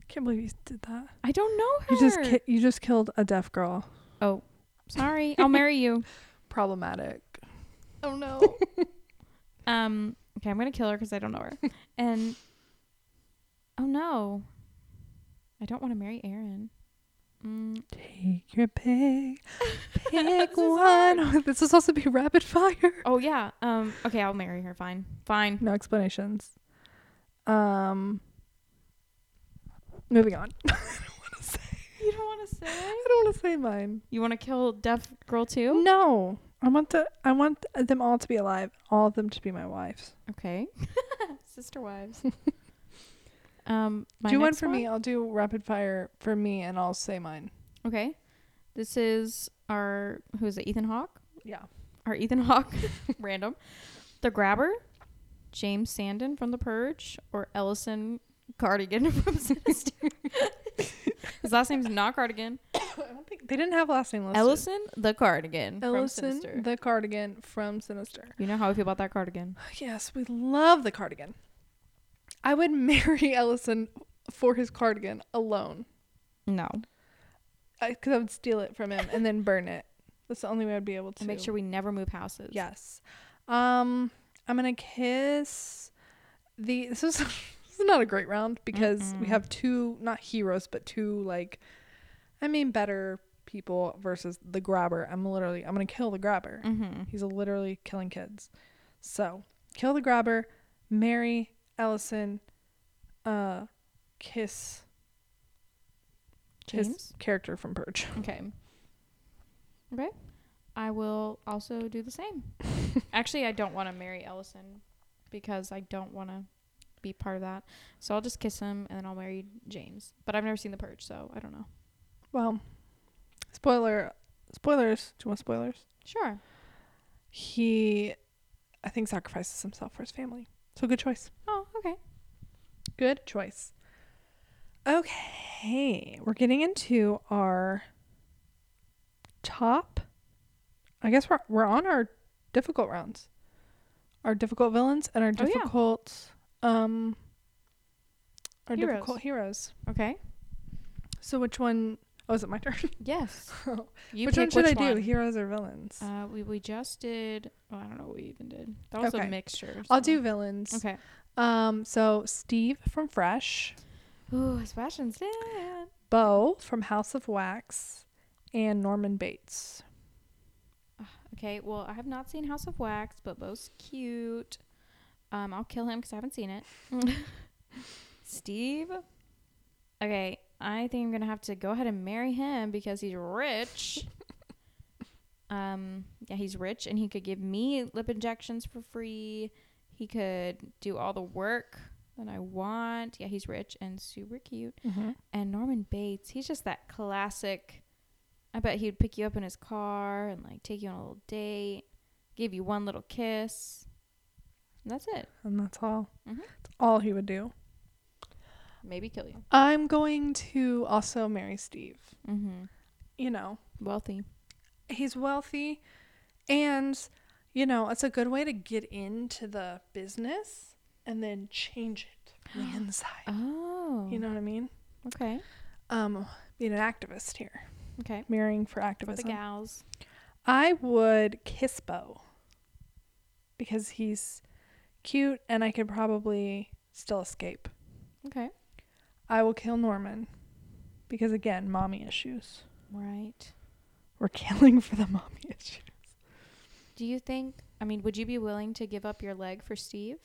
A: Can't believe you did that.
B: I don't know her.
A: You just ki- you just killed a deaf girl.
B: oh, sorry. I'll marry you.
A: Problematic.
B: Oh no. um. Okay, I'm gonna kill her because I don't know her. And oh no, I don't want to marry Aaron. Mm,
A: Take your pick. Pick
B: is
A: one. This is also be rapid fire.
B: Oh yeah. Um. Okay, I'll marry her. Fine. Fine.
A: No explanations. Um. Moving on.
B: You don't want to say.
A: I don't want to say mine.
B: You want to kill deaf girl too?
A: No, I want the I want them all to be alive. All of them to be my wives.
B: Okay. Sister wives. um. My
A: do one
B: next
A: for me. I'll do rapid fire for me, and I'll say mine.
B: Okay. This is our who is it? Ethan Hawke.
A: Yeah.
B: Our Ethan Hawke. random. The Grabber. James Sandon from The Purge or Ellison Cardigan from Sinister. His last name's not Cardigan.
A: I don't think they didn't have last name listed.
B: Ellison the Cardigan from
A: Ellison,
B: Sinister.
A: the cardigan from Sinister.
B: you know how I feel about that cardigan.
A: Yes, we love the cardigan. I would marry Ellison for his cardigan alone
B: No.
A: because I, would steal it from him and then burn it. That's the only way I'd be able to
B: And make sure we never move houses.
A: Yes. Um, I'm gonna kiss the. This is this is not a great round because we
B: Mm-mm.
A: have two not heroes but two like, I mean better people versus the grabber. I'm literally I'm gonna kill the grabber.
B: Mm-hmm.
A: He's literally killing kids. So kill the grabber, marry Ellison, uh, kiss his
B: James.
A: character from Purge.
B: Okay. Okay. I will also do the same. Actually, I don't want to marry Ellison because I don't want to be part of that. So I'll just kiss him and then I'll marry James. But I've never seen The Purge, so I don't know.
A: Well, spoiler spoilers. Do you want spoilers?
B: Sure.
A: He I think sacrifices himself for his family. So good choice.
B: Oh, okay.
A: Good choice. Okay, we're getting into our top. I guess we're we're on our difficult rounds, our difficult villains, and our
B: Oh, yeah.
A: difficult um our
B: Heroes.
A: difficult heroes.
B: Okay.
A: So which one oh is it my turn?
B: Yes. You
A: which one
B: pick
A: should
B: which
A: I do?
B: one.
A: Heroes or villains?
B: Uh, we we just did. Oh, I don't know what we even did. That was
A: Okay.
B: a mixture.
A: I'll
B: so-
A: do villains.
B: Okay.
A: Um, so Steve from Fresh,
B: Ooh, Sebastian's dead.
A: Bo from House of Wax, and Norman Bates.
B: Okay. Well, I have not seen House of Wax, but Bo's cute. Um, I'll kill him because I haven't seen it. Steve. Okay, I think I'm gonna have to go ahead and marry him because he's rich. um, yeah, he's rich, and he could give me lip injections for free. He could do all the work that I want. Yeah, he's rich and super cute. And Norman Bates, he's just that classic. I bet he'd pick you up in his car and like take you on a little date, give you one little kiss. And that's it.
A: And that's all.
B: Mhm.
A: That's all he would do.
B: Maybe kill you.
A: I'm going to also marry Steve.
B: Mm-hmm.
A: You know,
B: Wealthy.
A: he's wealthy and, you know, it's a good way to get into the business and then change it from the inside.
B: Oh.
A: You know what I mean?
B: Okay.
A: Um, being an activist here,
B: Okay.
A: marrying for
B: The
A: activism.
B: gals.
A: I would kiss Bo because he's cute and I could probably still escape.
B: Okay.
A: I will kill Norman because, again, mommy issues.
B: Right.
A: We're killing for the mommy issue.
B: Do you think? I mean, would you be willing to give up your leg for Steve?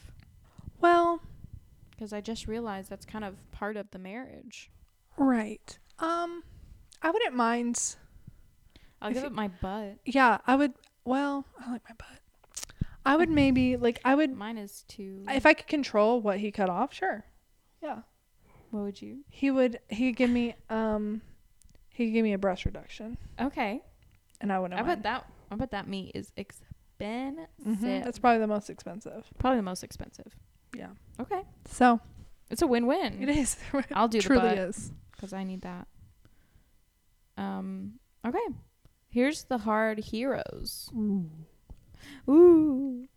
A: Well,
B: Because I just realized that's kind of part of the marriage.
A: right. Um, I wouldn't mind.
B: I'll
A: If
B: give
A: you-
B: up my butt.
A: Yeah, I would. Well, I like my butt. I would maybe like I would
B: Mine is too.
A: if I could control what he cut off. Sure. Yeah.
B: what would you?
A: He would. He give me um, he could give me a breast reduction,
B: Okay.
A: and I wouldn't.
B: I bet
A: mind.
B: that. I bet that meat is expensive.
A: Mhm, That's probably the most expensive.
B: Mm-hmm. probably the most expensive.
A: Yeah.
B: Okay.
A: So
B: It's a
A: it
B: win-win.
A: is. It
B: Mm. I'll do the
A: truly
B: butt
A: is.
B: because I need that. Um. Okay. Here's the hard heroes. Ooh.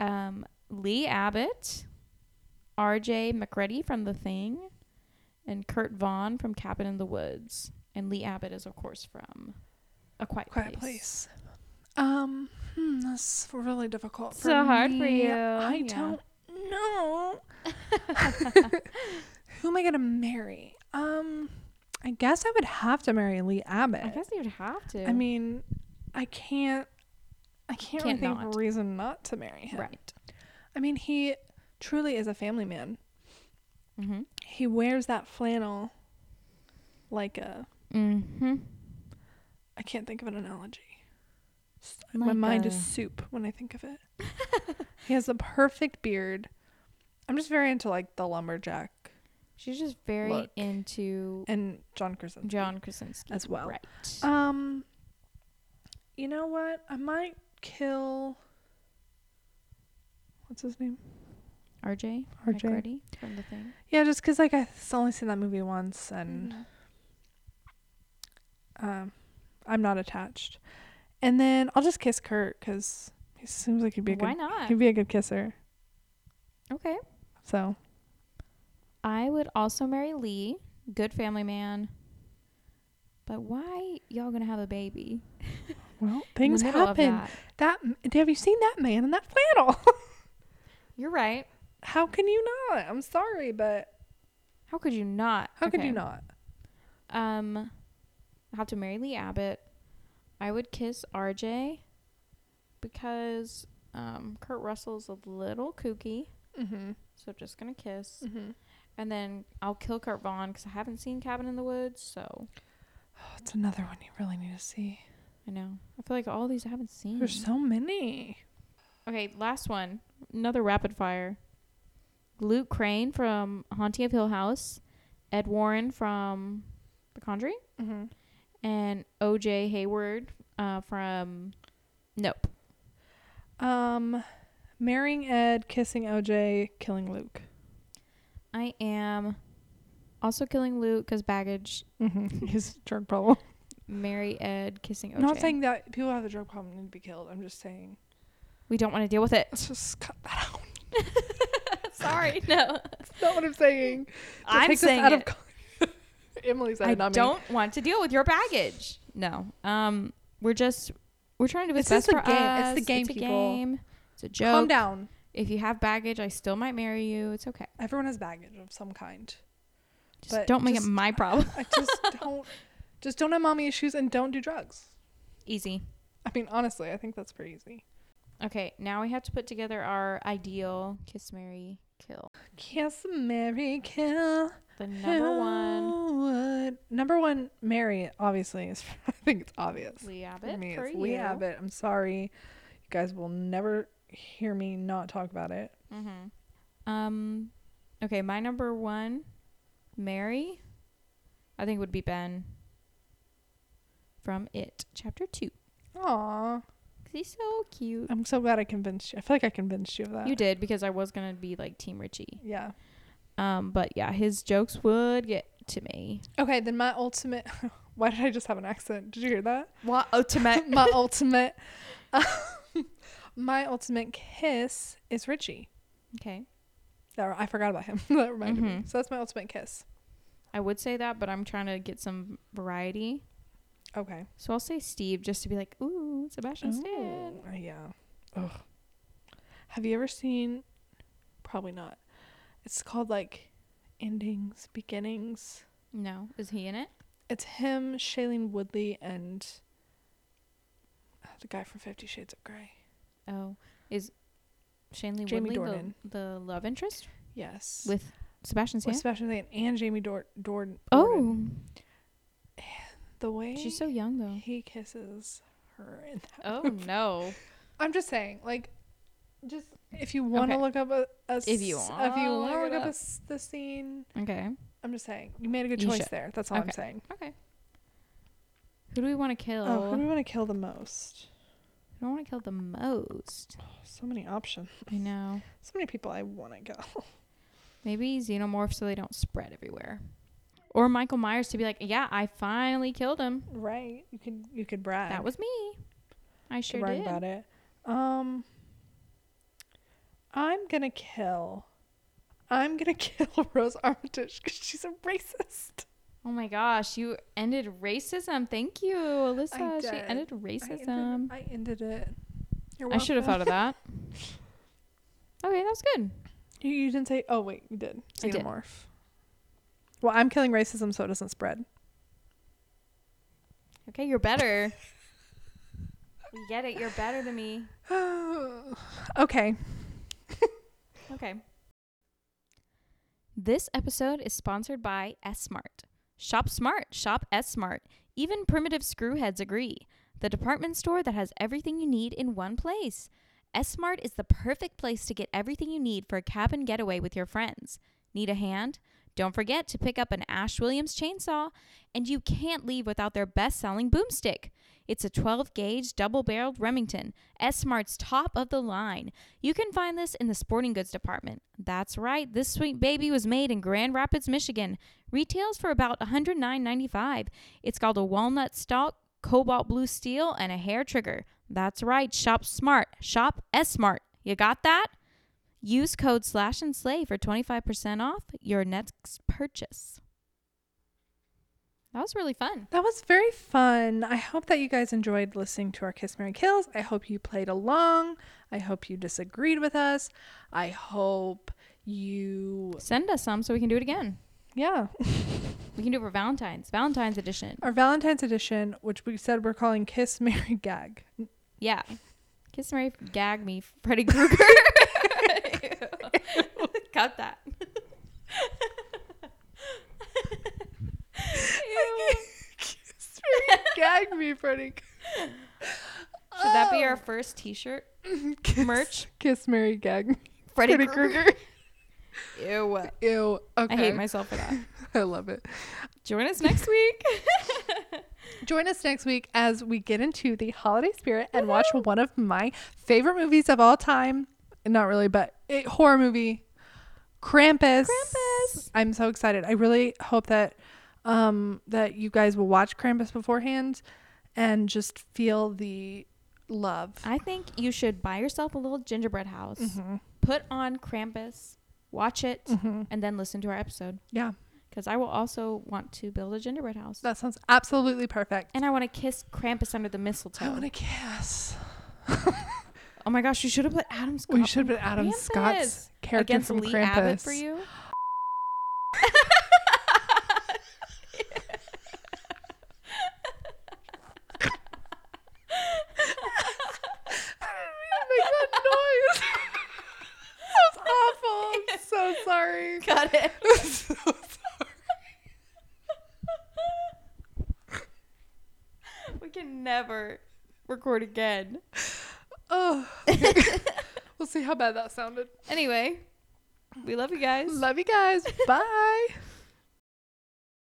B: Um, Lee Abbott, R.J. McReady from The Thing, and Kurt Vaughn from Cabin in the Woods. And Lee Abbott is, of course, from A Quiet,
A: Quiet place.
B: Place.
A: Um, hmm, that's really difficult.
B: So hard for
A: me.
B: you.
A: I
B: Yeah.
A: don't know. Who am I gonna marry? Um, I guess I would have to marry Lee Abbott.
B: I guess you'd have to.
A: I mean, I can't. I can't,
B: Can't
A: really think of
B: not.
A: a reason not to marry him.
B: right.
A: I mean, he truly is a family man.
B: Mm-hmm.
A: He wears that flannel like a.
B: Mm-hmm.
A: I can't think of an analogy. S- My
B: Like uh,
A: mind is
B: a-
A: soup when I think of it. he has the perfect beard. I'm just very into like the lumberjack
B: She's just very
A: Look.
B: into
A: and Oh. John Krasinski.
B: John Krasinski.
A: as well.
B: Right.
A: Um. You know what? I might kill. What's his name?
B: R.J.
A: RJ.
B: McReady from The Thing.
A: Yeah, just because like I've only seen that movie once, and
B: Mhm. Mm-hmm.
A: um, I'm not attached. And then I'll just kiss Kurt because he seems like he'd be a
B: Why
A: good
B: not?
A: he'd be a good kisser.
B: Okay.
A: So
B: I would also marry Lee, good family man. But why y'all gonna have a baby?
A: well,
B: in the
A: things
B: middle of
A: happen.
B: that?
A: That. have you seen that man in that flannel?
B: You're right.
A: How can you not? I'm sorry, but
B: How could you not?
A: how could
B: Okay.
A: you not?
B: Um, I have to marry Lee Abbott. I would kiss RJ because um, Kurt Russell's a little kooky,
A: Mm-hmm.
B: so I'm just gonna kiss.
A: Mm-hmm.
B: And then I'll kill Kurt Vaughn because I haven't seen Cabin in the Woods, so Oh,
A: That's another one you really need to see.
B: I know. I feel like all these I haven't seen.
A: There's so many.
B: Okay, last one. Another rapid fire. Luke Crane from Haunting of Hill House, Ed Warren from The Conjuring,
A: Mm-hmm.
B: and OJ Hayward uh, from Nope.
A: Um, marrying Ed, kissing OJ, killing Luke.
B: I am also killing Luke because baggage.
A: Mm-hmm. His drug problem.
B: Marry Ed, kissing OJ.
A: I'm not saying that people who have a drug problem need to be killed. I'm just saying
B: we don't want to deal with it.
A: let's just cut that out.
B: Sorry, no.
A: That's not what I'm saying. Don't
B: I'm
A: take this
B: saying
A: out of
B: it.
A: con- Emily's out
B: I
A: of not me.
B: don't want to deal with your baggage. No. Um, we're just we're trying to do what's
A: This is
B: best
A: the
B: for
A: game. It's
B: us.
A: the game,
B: It's a
A: people.
B: game. It's a joke.
A: Calm down.
B: If you have baggage, I still might marry you. It's okay.
A: Everyone has baggage of some kind.
B: Just
A: But
B: don't make
A: just-
B: it my problem.
A: I just don't. Just don't have mommy issues and don't do drugs.
B: Easy.
A: I mean, honestly, I think that's pretty easy.
B: Okay, now we have to put together our ideal kiss, marry, kill.
A: Kiss, Mary, kill.
B: The number one,
A: Who would- Number one, Mary, obviously. Is, I think it's obvious.
B: Lee Abbott.
A: For me,
B: for
A: it's
B: you.
A: Lee Abbott. I'm sorry. You guys will never hear me not talk about it.
B: Mm-hmm. Um, okay, my number one, Mary, I think would be Ben from It, Chapter 2.
A: Aw.
B: 'Cause he's so cute.
A: I'm so glad I convinced you. I feel like I convinced you of that.
B: You did, because I was going to be like Team Richie.
A: Yeah.
B: Um, but yeah, his jokes would get to me.
A: Okay, then my ultimate. Why did I just have an accent? Did you hear that?
B: What? Ultimate.
A: my ultimate. my ultimate kiss is Richie.
B: okay.
A: That, I forgot about him. that reminded me.
B: Mhm.
A: So that's my ultimate kiss.
B: I would say that, but I'm trying to get some variety.
A: Okay.
B: So I'll say Steve just to be like, ooh, Sebastian Stan.
A: Ooh, yeah. Ugh. Have you ever seen? Probably not. It's called like endings, beginnings.
B: No, is he in it?
A: It's him, Shailene Woodley, and uh, the guy from Fifty Shades of Grey.
B: Oh, is Shanley
A: Jamie
B: Woodley
A: Dornan.
B: The, the love interest
A: Yes.
B: with Sebastian Stan?
A: With Sebastian Stan and Jamie Dor- Dor- Dornan.
B: oh,
A: the way
B: she's so young though.
A: he kisses her. In that.
B: Oh no,
A: I'm just saying, like, just if you want to
B: Okay.
A: look up a, a
B: If you
A: s- if you
B: wanna
A: want to
B: look
A: look
B: it
A: up, a
B: up.
A: s the scene.
B: okay,
A: I'm just saying, you made a good
B: You
A: choice
B: should.
A: there. That's all I'm
B: Okay.
A: saying.
B: okay. Who do we want to kill?
A: Oh, who do
B: who
A: we want to kill the most?
B: do I want to kill the most?
A: So many options.
B: I know.
A: So many people I want to go.
B: Maybe xenomorph so they don't spread everywhere, or Michael Myers to be like, yeah, I finally killed him.
A: right? You could you could brag.
B: That was me. I
A: You could
B: sure
A: brag
B: did.
A: about it. Um, I'm gonna kill. I'm gonna kill Rose Armitage because she's a racist.
B: Oh my gosh, you ended racism. Thank you, Alyssa. She
A: did.
B: ended
A: I ended-
B: racism.
A: I ended, it. You're
B: I should have
A: welcome.
B: thought of that. Okay, that was good.
A: You, you didn't say. Oh wait, you did.
B: I did.
A: Xenomorph. Well, I'm killing racism so it doesn't spread.
B: Okay, you're better. we get it. You're better than me.
A: okay.
B: Okay. This episode is sponsored by S Smart. Shop smart, shop S Smart. Even primitive screwheads agree. The department store that has everything you need in one place. S Smart is the perfect place to get everything you need for a cabin getaway with your friends. Need a hand? Don't forget to pick up an Ash Williams chainsaw, and you can't leave without their best selling boomstick. It's a 12 gauge double barreled Remington, S Smart's top of the line. You can find this in the sporting goods department. That's right, this sweet baby was made in Grand Rapids, Michigan. Retails for about $109.95. It's called a walnut stalk, cobalt blue steel, and a hair trigger. That's right, shop smart, shop S Smart. You got that? Use code slash and slay for 25% off your next purchase. That was really fun.
A: That was very fun. I hope that you guys enjoyed listening to our Kiss Mary Kills. I hope you played along. I hope you disagreed with us. I hope you
B: Send us some so we can do it again.
A: Yeah.
B: We can do it for Valentine's, Valentine's edition.
A: Our Valentine's edition, which we said we're calling Kiss Mary Gag.
B: Yeah. Kiss Mary, gag me, Freddy Krueger. Ew. Cut that. Ew.
A: Kiss Mary Gag me, Freddie.
B: Should that be our first t shirt?
A: Kiss-
B: Merch?
A: Kiss Mary Gag me.
B: Freddy,
A: Freddy
B: Krueger. Ew.
A: Ew. Okay.
B: I hate myself for that.
A: I love it.
B: Join us next week.
A: Join us next week as we get into the holiday spirit and watch one of my favorite movies of all time. Not really, but it, horror movie, Krampus.
B: Krampus.
A: I'm so excited. I really hope that um, that you guys will watch Krampus beforehand and just feel the love.
B: I think you should buy yourself a little gingerbread house,
A: Mhm.
B: put on Krampus, watch it,
A: Mhm.
B: and then listen to our episode.
A: Yeah,
B: Because I will also want to build a gingerbread house.
A: that sounds absolutely perfect.
B: and I want to kiss Krampus under the mistletoe.
A: I want to kiss.
B: oh my gosh, you should have put Adam Scott.
A: We should have been Adam
B: Krampus
A: Scott's character
B: against
A: from
B: Lee
A: Krampus.
B: Abbott for you.
A: I didn't mean to make that noise. that was awful. I'm so sorry.
B: Got it.
A: I'm so sorry.
B: We can never record again.
A: Oh, okay. we'll see how bad that sounded.
B: Anyway, we love you guys.
A: Love you guys. Bye.